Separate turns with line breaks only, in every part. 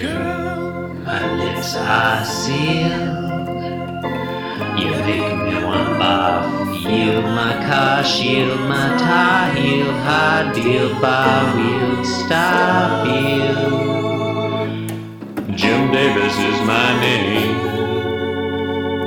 Girl, my lips are sealed. You make me want bath. Yield my car, shield my tie, heel, high deal, bar wheel, stop heel. Jim Davis is my name.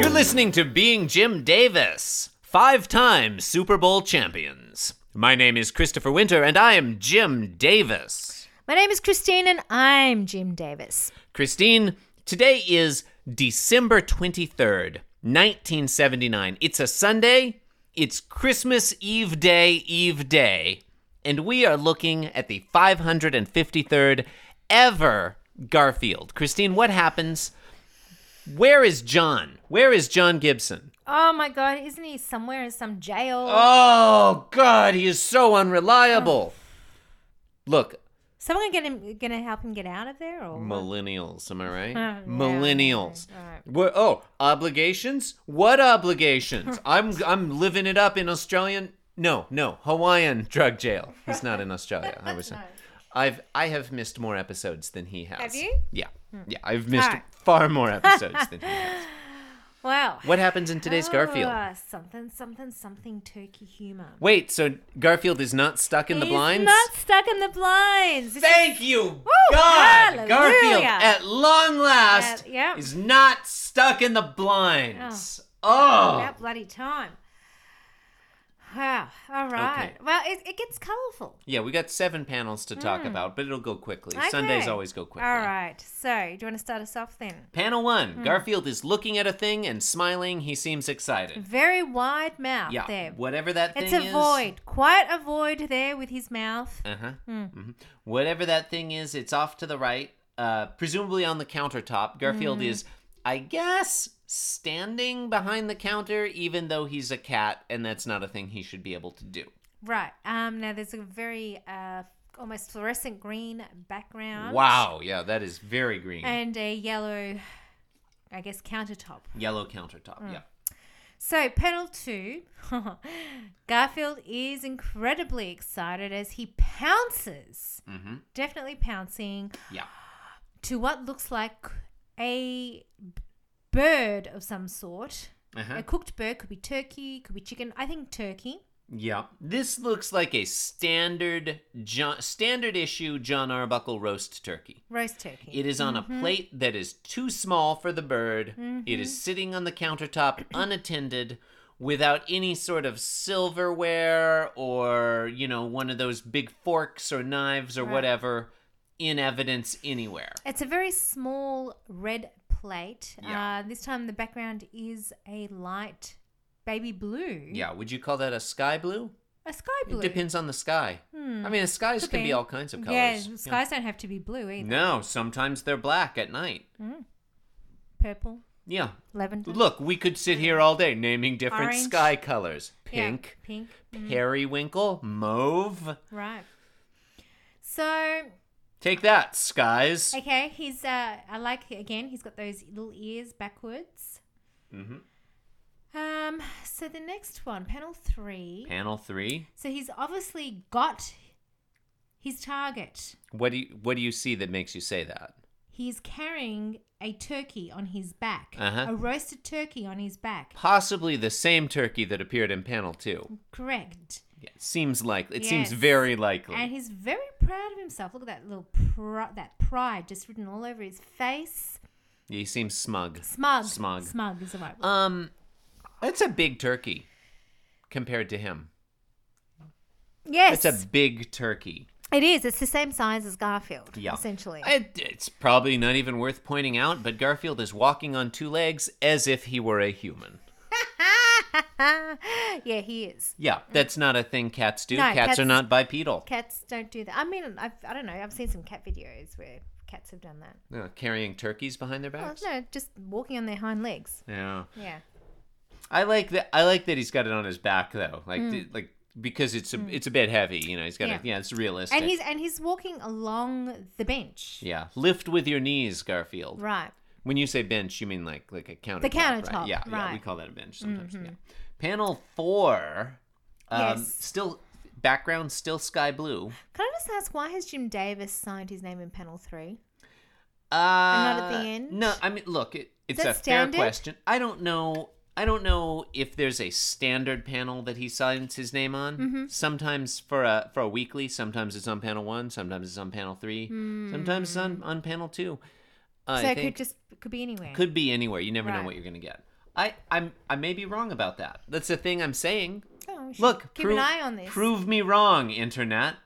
You're listening to Being Jim Davis, five time Super Bowl champions. My name is Christopher Winter, and I am Jim Davis.
My name is Christine and I'm Jim Davis.
Christine, today is December 23rd, 1979. It's a Sunday, it's Christmas Eve Day, Eve Day, and we are looking at the 553rd ever Garfield. Christine, what happens? Where is John? Where is John Gibson?
Oh my god, isn't he somewhere in some jail?
Oh God, he is so unreliable. Look,
Someone gonna gonna help him get out of there or what?
millennials, am I right?
Oh, yeah,
millennials.
all right.
We're- oh, obligations? What obligations? I'm I'm living it up in Australian. No, no, Hawaiian drug jail. He's not in Australia. I was. I've I have missed more episodes than he has.
Have you? Hmm.
Yeah, yeah. I've missed
right.
far more episodes than he has.
Wow.
What happens in today's Garfield?
Ah, something something something turkey humor.
Wait, so Garfield is not stuck in the
He's
blinds?
not stuck in the blinds. This is-
Thank you, God.
hallelujah.
Garfield, at long last,
Uh, yeah.
is not stuck in the blinds. Oh,
that bloody time. Wow. All right.
Okay.
Well, it, it gets colourful.
yeah. We got seven panels to talk about, but it'll go quickly. Sundays
Okay.
always go quickly.
Hmm. All right. Hmm. So, do you want to start us off then?
Panel one: Garfield is looking at a thing and smiling. He seems excited.
Very wide mouth
Yeah,
there.
whatever that thing
It's
is.
a void. Quite a void there with his mouth.
Uh huh. Whatever that thing is, it's off to the right, uh, presumably on the countertop. Garfield is, I guess, standing behind the counter, even though he's a cat, and that's not a thing he should be able to do.
Right. Um now there's a very uh almost fluorescent green background.
Wow. Yeah, that is very green.
And a yellow I guess countertop.
Yellow countertop. Yeah.
So, panel two, Garfield is incredibly excited as he pounces,
Mhm.
definitely pouncing,
Yeah.
to what looks like a bird of some sort.
Uh-huh.
A cooked bird could be turkey, could be chicken. I think turkey.
Yeah. This looks like a standard John, standard issue John Arbuckle roast turkey.
Roast turkey.
It is on
Mm-hmm.
a plate that is too small for the bird. It is sitting on the countertop unattended without any sort of silverware or, you know, one of those big forks or knives or whatever in evidence anywhere.
It's a very small red plate.
Yeah.
Uh, this time the background is a light baby blue.
Yeah, would you call that a sky blue?
A sky Mm-hmm. blue.
It depends on the sky. I mean, the skies
Could
can be.
be.
all kinds of colors.
Yeah, skies don't have to be blue either.
No, sometimes they're black at night.
Purple,
Yeah.
lavender,
Look, we could sit here all day naming different
Mm-hmm. Orange.
sky colors.
yeah,
Pink,
pink.
periwinkle, mauve.
Right. So
Take that, skies.
okay, he's. Uh, I like again. He's got those little ears backwards. Mm-hmm. Um. So the next one, panel three.
Panel three.
so he's obviously got his target.
What do you, what do you see that makes you say that?
He's carrying a turkey on his back,
Uh-huh.
a roasted turkey on his back.
Possibly the same turkey that appeared in panel two.
Correct.
Yeah, it seems like it seems
Yes.
very likely.
And he's very proud of himself. Look at that little pri- that pride just written all over his face.
he seems smug.
Smug.
Smug.
Smug is the right word.
Um, that's a big turkey compared to him.
yes.
That's a big turkey.
It is. It's the same size as Garfield,
Yeah.
essentially.
It, it's probably not even worth pointing out, but Garfield is walking on two legs as if he were a human.
yeah, he is.
Yeah, that's not a thing cats do.
No,
cats, are
Mm. cats-
not bipedal.
Cats don't do that. I mean, I've, I don't know. I've seen some cat videos where cats have done that.
Yeah, carrying turkeys behind their
Oh,
backs.
no, just walking on their hind legs.
Yeah,
Yeah.
I like that. I like that he's got it on his back though. Like, the- like because it's a it's a bit heavy. You know, he's got yeah.
Hmm. Yeah.
yeah it's realistic.
And he's and he's walking along the bench.
yeah, lift with your knees, Garfield.
Right.
When you say bench, you mean like like a countertop. Right?
countertop,
Yeah, yeah, we
right. Mm-hmm.
call that a bench sometimes. Yeah. Panel four. Um,
Yes.
Still background, still sky blue.
Can I just ask why has Jim Davis signed his name in panel three?
Uh,
at the end?
No, I mean, look, it, it's
that
a
standard?
fair question. I don't know. I don't know if there's a standard panel that he signs his name on.
Mm-hmm.
Sometimes for a for a weekly, sometimes it's on panel one, sometimes it's on panel three, sometimes it's on, on panel two. Uh,
Hmm. so
I
it could
think
just could be anywhere.
could be anywhere. You never know
Right.
what you're gonna get. I I'm I may be wrong about that. That's the thing I'm saying.
Oh, we should
Look,
keep an
prove-
eye on this.
Prove me wrong, internet.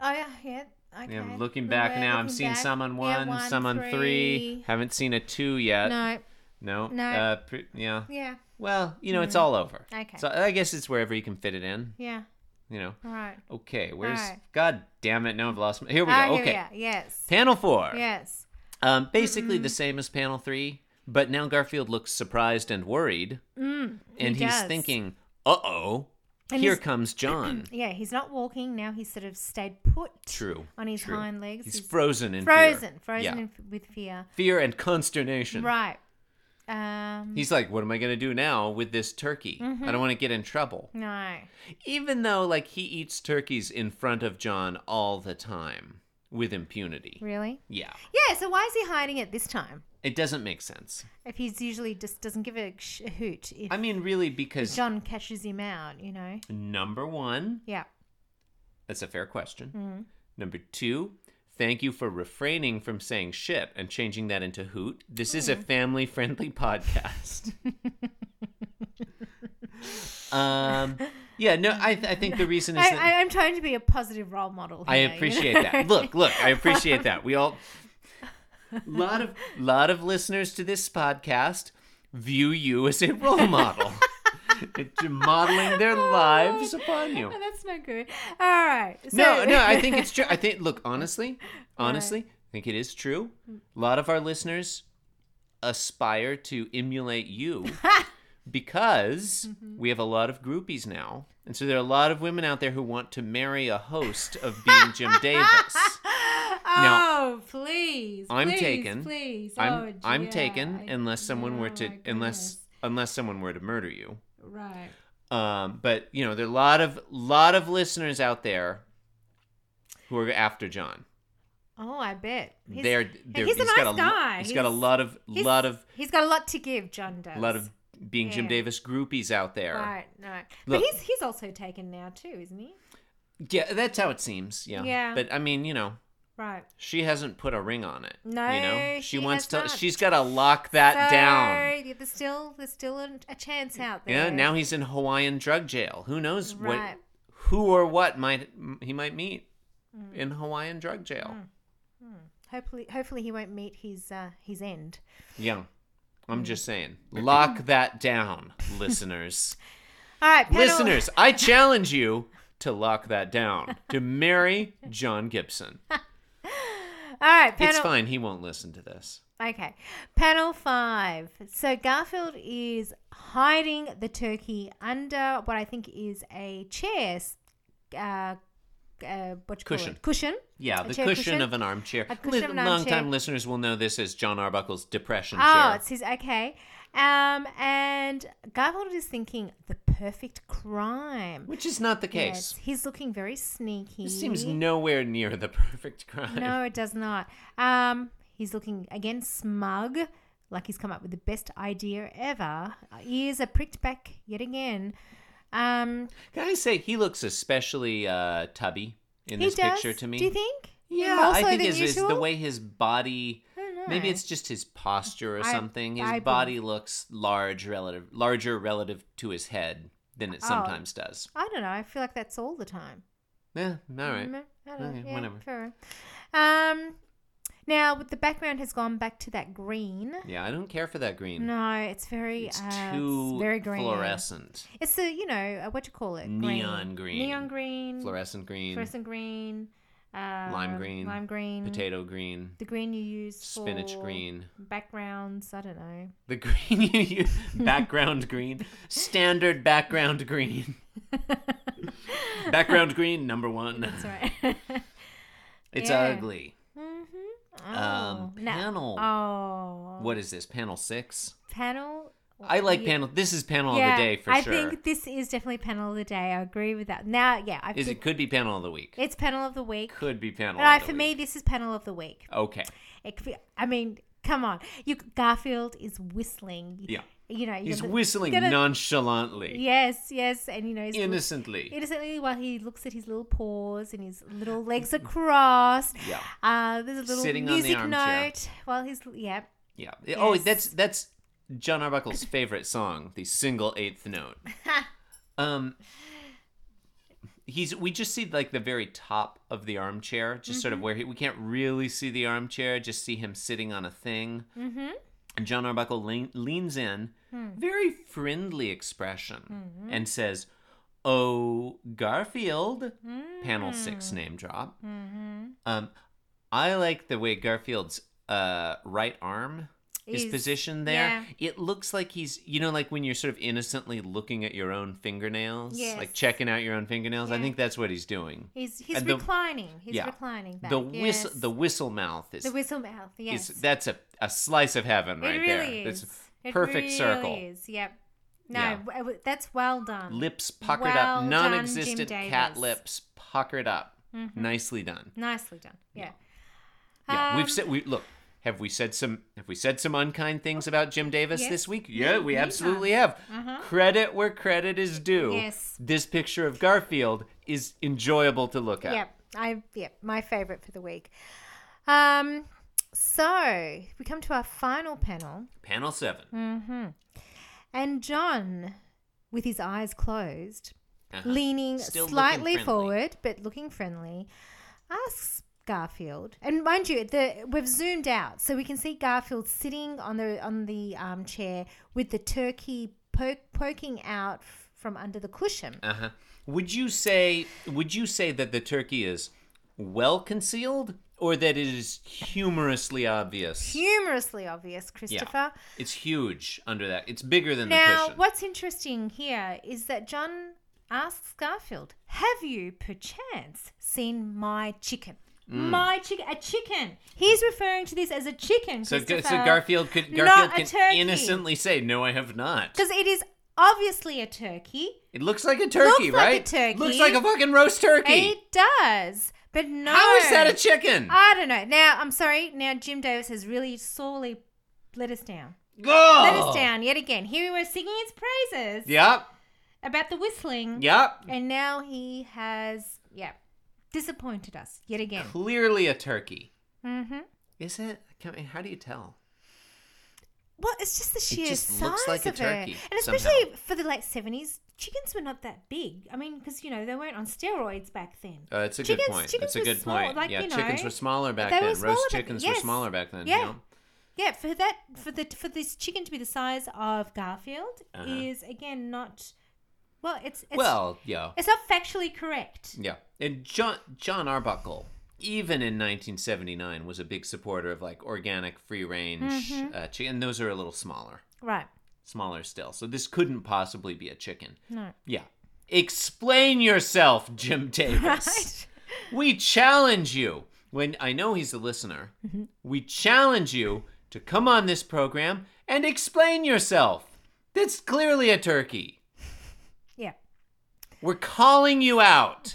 oh yeah, yeah. Okay.
Yeah, I'm looking back
We're
now. I'm
looking
seeing
back.
some on
Yeah,
one, some on 3 Haven't seen a two yet.
No,
No.
No.
Uh, pre- yeah.
yeah, Mm.
Well, you know, it's all over.
Okay.
So I guess it's wherever you can fit it in.
yeah.
You know.
All right.
Okay. Where's?
Alright.
God damn it! No, I've lost. My- here we
Ah,
go.
here
okay.
we are. Yes.
Panel four.
Yes.
Um,
Mm-hmm.
basically the same as panel three, but now Garfield looks surprised and worried,
Mm, he
and he's
does.
thinking, "Uh oh,
And
here
he's-
comes John."
Yeah, he's not walking now. He's sort of stayed put
True.
on his
True.
hind legs.
He's frozen in
frozen,
fear.
frozen
Yeah.
in f- with fear.
fear and consternation.
Right. Um,
He's like, what am I going to do now with this turkey? I
Mm-hmm.
don't want to get in trouble.
no.
Even though, like, he eats turkeys in front of John all the time with impunity.
Really?
Yeah.
Yeah. So why is he hiding it this time?
It doesn't make sense.
If he's usually just doesn't give a, sh- a hoot if
I mean, really, because
John catches him out, you know?
number one,
Yeah.
that's a fair question.
Mm-hmm.
Number two, thank you for refraining from saying shit and changing that into hoot. This is
Mm-hmm.
a family friendly podcast. um, yeah, no, I, I think the reason is
I,
that.
I, I'm trying to be a positive role model.
I
here, you know?
appreciate that. Look, look, I appreciate that. We all lot of lot of listeners to this podcast view you as a role model. it's modeling their lives upon you.
Oh, that's no good. All right. So,
No, no, I think it's true. I think look, honestly, honestly, I think it is true. A lot of our listeners aspire to emulate you because
Mm-hmm.
we have a lot of groupies now. And so there are a lot of women out there who want to marry a host of being Jim Davis.
Oh, please.
I'm
please,
taken.
Please.
I'm
oh,
I'm
yeah,
taken
I-
unless someone were to
oh, my
unless unless someone were to murder you.
goodness. Right.
Um, but you know there are a lot of lot of listeners out there who are after John.
Oh, I bet. He's-
they're,
hey,
they're,
he's a nice
got a, lo-
guy.
He's got a lot of
he's-
lot of
He's got a lot to give, John does.
lot of being Jim
Yeah.
Davis groupies out there.
Right, right.
Look.
But he's he's also taken now too, isn't he?
Yeah, that's how it seems. Yeah.
Yeah.
But I mean, you know,
Right.
she hasn't put a ring on it. You know,
No,
she
she
wants
has
to.
not.
She's got to lock that
so,
down.
yeah, There's still there's still a, a chance out there.
Yeah. Now he's in Hawaiian drug jail. Who knows what
Right.
who or what might he might meet in Hawaiian drug jail.
Mm. hopefully hopefully he won't meet his uh, his end.
Yeah. I'm just
Mm.
saying. Lock that down, listeners.
All right, panel-
listeners, I challenge you to lock that down. To marry John Gibson.
All right, panel.
It's fine, he won't listen to this.
Okay, panel five. So Garfield is hiding the turkey under what I think is a chair. s- Uh, uh, what you Call
Cushion.
it? Cushion.
Yeah,
A
the
chair
cushion,
cushion?
of an armchair.
A cushion of an
Long time
armchair.
listeners will know this as John Arbuckle's depression
Oh,
chair.
it's his okay. Um, and Garfield is thinking the perfect crime.
Which is not the
Yes,
case.
he's looking very sneaky.
This seems nowhere near the perfect crime.
No, it does not. Um, he's looking again smug, like he's come up with the best idea ever. Ears are pricked back yet again. Um,
Can I say he looks especially uh, tubby in
he
this
does.
picture to me?
Do you think?
Yeah,
More
I
so
think
than
it's, it's the
usual?
way his body.
I don't know.
Maybe it's just his posture or
I-
something. His
I
body looks large relative, larger relative to his head than it
Oh.
sometimes does.
I don't know. I feel like that's all the time.
Yeah, all right.
Mm, I don't know.
Okay,
Yeah,
whatever.
fair. Um, now with the background has gone back to that green.
Yeah, I don't care for that green.
No, it's very
it's
uh, it's
too
very green.
fluorescent.
It's the you know uh, what do you call it?
Neon green.
Neon green.
Fluorescent green,
Mm. Fluorescent green. Uh,
green,
Lime green.
potato green,
The green you use
spinach
for
green.
backgrounds. I don't know.
The green you use, background green, standard background green. background green, number one.
That's right.
It's
Yeah.
ugly.
mm-hmm. oh,
Um,
no.
panel.
Oh.
What is this? Panel six?
panel?
I like
Yeah.
panel. This is panel of the day for
I
sure.
think this is definitely panel of the day. I agree with that. Now, yeah, I
is
think
it could be panel of the week?
it's panel of the week.
could be panel.
But I,
of the
for me,
week.
this is panel of the week.
okay.
It could be, I mean, come on, you Garfield is whistling.
Yeah.
you know
He's
you're-
whistling
gonna-
nonchalantly,
Yes, yes, and you know he's
innocently.
innocently while he looks at his little paws and his little legs are crossed.
Mm-hmm. Yeah.
Uh, there's a little
Sitting on the
music
armchair.
note while he's yeah.
yeah. Oh,
Yes.
that's that's John Arbuckle's favorite song, the single eighth note. um. He's. We just see like the very top of the armchair, just
Mm-hmm.
sort of where he, we can't really see the armchair. Just see him sitting on a thing.
Mm-hmm.
And John Arbuckle lean, leans in,
Hmm.
very friendly expression,
Mm-hmm.
and says, Oh, Garfield,
Hmm.
panel six name drop.
Mm-hmm.
Um, I like the way Garfield's uh, right arm is,
Is-
positioned there.
yeah.
It looks like he's, you know, like when you're sort of innocently looking at your own fingernails,
Yes.
like checking out your own fingernails. I
Yeah.
think that's what he's doing.
He's he's
And the-
reclining. He's
yeah.
reclining back.
the whistle,
yes.
the whistle mouth is,
the whistle mouth. Yes,
is that's a, a slice of heaven right
it really
there.
is.
It's
It
perfect
really
circle.
Is. Yep. No,
Yeah.
w- w- that's well done.
lips puckered
Well
up,
done,
non-existent
Jim
cat
Davis. Mm-hmm.
lips puckered up. Nicely done.
Nicely done. Yeah.
Yeah,
Um,
we've said we look. Have we said some? Have we said some unkind things about Jim Davis
Yes.
this week?
Yeah,
Yeah, we
we
absolutely have.
Uh-huh.
Credit where credit is due.
Yes.
This picture of Garfield is enjoyable to look at.
Yep. I yep, my favorite for the week. Um so we come to our final panel.
Panel seven.
Mm-hmm. And John, with his eyes closed,
Uh-huh.
leaning
Still looking
slightly
friendly.
forward but looking friendly, asks Garfield. And mind you, the we've zoomed out so we can see Garfield sitting on the on the um, chair with the turkey poke, poking out f- from under the cushion.
Uh-huh. Would you say? Would you say that the turkey is well concealed, or that it is humorously obvious?
Humorously obvious, Christopher.
It's huge under that. It's bigger than the
Now,
cushion.
what's interesting here is that John asks Garfield, "Have you perchance seen my chicken?
Mm.
My chicken, a chicken. He's referring to this as a chicken,
So, Ga-
Christopher.
so Garfield could
Not
Garfield
a
can
turkey.
innocently say, "No, I have not."
because it is obviously a turkey.
It looks like a turkey,
Looks like a
right?
turkey.
Looks like a fucking roast turkey.
It does, but no.
How is that a chicken?
I don't know. Now, I'm sorry. Now, Jim Davis has really sorely let us down.
oh!
Let us down yet again. Here we were singing his praises
Yep.
about the whistling.
Yep.
And now he has, yeah, disappointed us yet again.
Clearly a turkey.
Mm-hmm.
Is it? I can't- How do you tell?
Well, it's just the sheer
just
size
looks like a
of
turkey
it, and especially for the late seventies, chickens were not that big. I mean, because you know they weren't on steroids back then.
Uh, it's a
Chickens-
good point.
chickens
It's a
were
good
small,
point.
like,
yeah,
you know,
chickens were smaller back
they were
then.
smaller
Roast
back-
chickens
yes.
were smaller back then.
Yeah.
you know?
Yeah, for that, for the for this chicken to be the size of Garfield
Uh-huh.
is again not. Well, it's, it's
Well, yeah.
it's not factually correct.
Yeah, and John John Arbuckle, even in 1979, was a big supporter of like organic, free range
Mm-hmm.
uh, chicken. And those are a little smaller,
Right?
smaller still. So this couldn't possibly be a chicken.
No.
Yeah, explain yourself, Jim Davis.
Right.
We challenge you. When I know he's a listener,
Mm-hmm.
we challenge you to come on this program and explain yourself. That's clearly a turkey.
Yeah.
We're calling you out.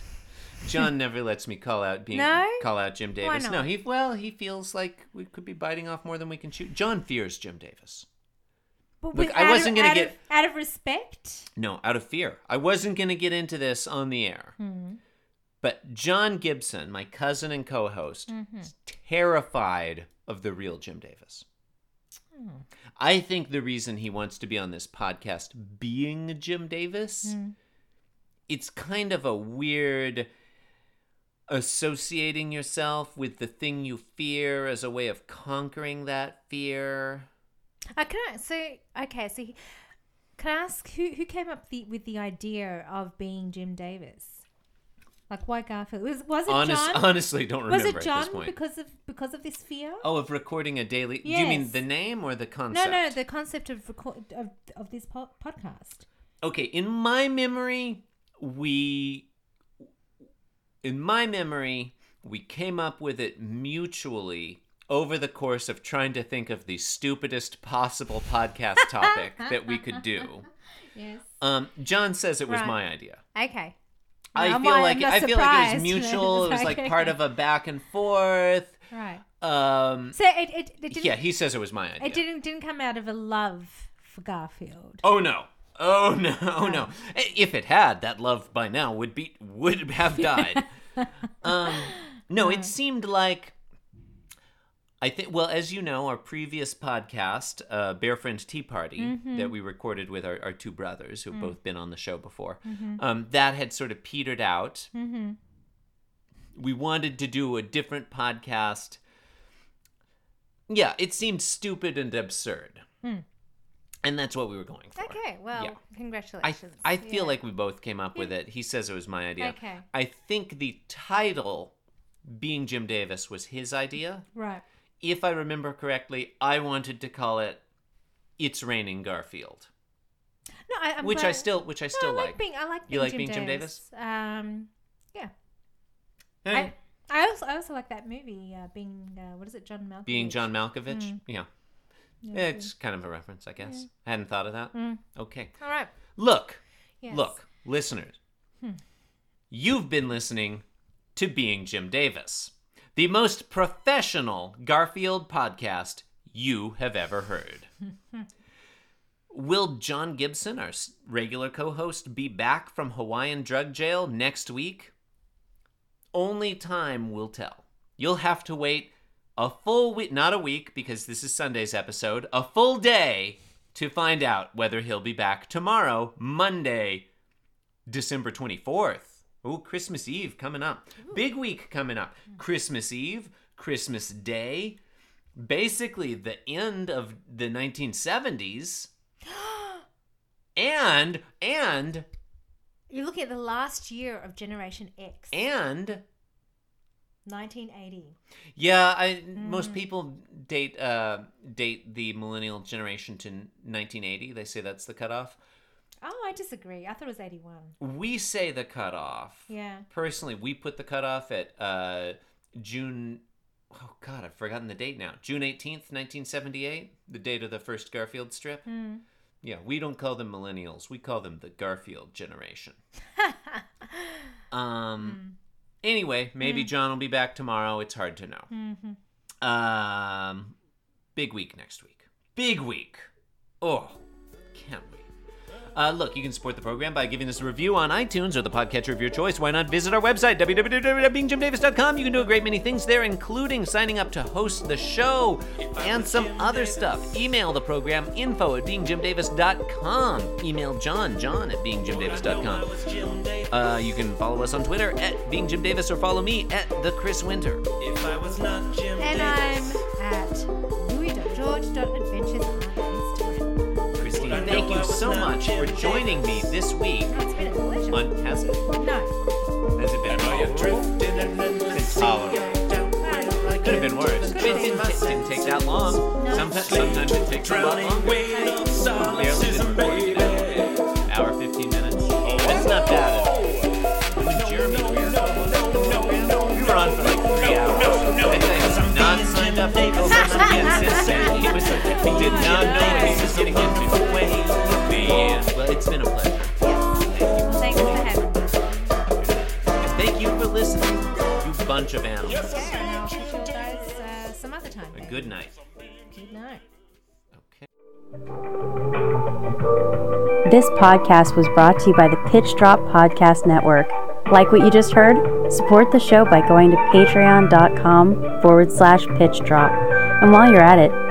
John never lets me call out being
No?
call out Jim Davis.
Why
No,
not?
he well, he feels like we could be biting off more than we can chew. John fears Jim Davis.
But
Look,
with-
I
out
wasn't
of-
gonna
out of-
get-
out of respect.
No, out of fear. I wasn't going to get into this on the air.
hmm.
But John Gibson, my cousin and co-host,
Mm-hmm.
is terrified of the real Jim Davis.
Hmm.
I think the reason he wants to be on this podcast being Jim Davis
Hmm.
it's kind of a weird associating yourself with the thing you fear as a way of conquering that fear.
Uh, can I, so okay, so he- can I ask who who came up the, with the idea of being Jim Davis? Like why Garfield was was it
Honest,
John?
honestly, don't
was
remember at
it John
this point.
because of because of this fear?
oh, of recording a daily. Do you mean
Yes.
the name or the
no,
concept?
no, the concept of record of, of this po- podcast.
okay, in my memory, we. In my memory, we came up with it mutually over the course of trying to think of the stupidest possible podcast topic that we could do.
Yes.
Um, John says it was
Right.
my idea.
Okay.
I
I'm
feel
not-
like
I'm not
I feel like it was
surprised.
mutual. it was like
Okay.
part of a back and forth.
Right.
Um,
So it it, it didn't
yeah, he says it was my idea.
it didn't didn't come out of a love for Garfield.
Oh no. Oh no. Oh no. If it had, that love by now would be would have died. um no, it seemed like I think well, as you know, our previous podcast, uh, Bear Friend Tea Party, that we recorded with our, our two brothers who've both been on the show before, um, that had sort of petered out.
Mhm.
We wanted to do a different podcast. Yeah, it seemed stupid and absurd.
Mm.
And that's what we were going for.
Okay. Well,
Yeah. I
congratulations.
I feel
Yeah.
like we both came up with it. He says it was my idea.
Okay.
I think the title being Jim Davis was his idea.
right.
If I remember correctly, I wanted to call it It's Raining Garfield,
No, I, I'm
which I
glad-
still which I
Uh, No,
still
I like,
like.
being I like being
You like
Jim
being Jim
Davis. Um, yeah.
Eh,
I, I also I also like that movie. Uh, being uh, what is it, John Malkovich?
being John Malkovich.
Mm.
Yeah.
Yeah,
It's kind of a reference, I guess. I hadn't thought of that.
Mm.
Okay.
All right.
Look.
Yes.
Look, listeners, you've been listening to Being Jim Davis, the most professional Garfield podcast you have ever heard. Will John Gibson, our s- regular co host, be back from Hawaiian drug jail next week? Only time will tell. You'll have to wait a full week, not a week, because this is Sunday's episode, a full day to find out whether he'll be back tomorrow, Monday, December 24th. Oh, Christmas Eve coming up. Big week coming up. Christmas Eve, Christmas Day, basically the end of the 1970s. and, and,
You're looking at the last year of Generation X,
and,
1980.
yeah, I most people date uh date the millennial generation to 1980. They say that's the cutoff.
Oh, I disagree. I thought it was 81.
We say the cutoff.
Yeah.
personally, we put the cutoff at uh, June. Oh God, I've forgotten the date now. June eighteenth, nineteen seventy-eight, the date of the first Garfield strip.
Mm.
Yeah, we don't call them millennials; we call them the Garfield generation. Um. Anyway, maybe John will be back tomorrow. It's hard to know.
Mhm.
Um, big week next week. Big week. Oh, can't wait. Uh, look, you can support the program by giving us a review on iTunes or the podcatcher of your choice. Why not visit our website, www.beingjimdavis.com? You can do a great many things there, including signing up to host the show and some other stuff. Email the program, info at beingjimdavis.com. Email John, john at beingjimdavis.com. Uh, you can follow us on Twitter at beingjimdavis or follow me at the Chris Winter.
If I was not Jim
And I'm at louis.george.adventures on Instagram.
Christine, thank you so much for joining me this week
Oh, it's been a pleasure.
on Has It,
no.
has it Been Tolerable? It's tolerable. Could have been worse. It didn't, it didn't take that long. Sometimes, sometimes it takes a lot longer. Barely did record an hour, an hour 15 minutes. That's not bad. When Jeremy Greer we were on for like three hours. I think not signed up for COVID since then. He was like, he did not know what he was getting into. Man, well, it's been a pleasure.
Thanks for having me.
And thank you for listening, you bunch of animals.
Yeah, and I'll catch you guys uh, some other time.
A good night.
Good night.
Okay.
This podcast was brought to you by the Pitch Drop Podcast Network. Like what you just heard? Support the show by going to patreon.com forward slash pitch drop. And while you're at it,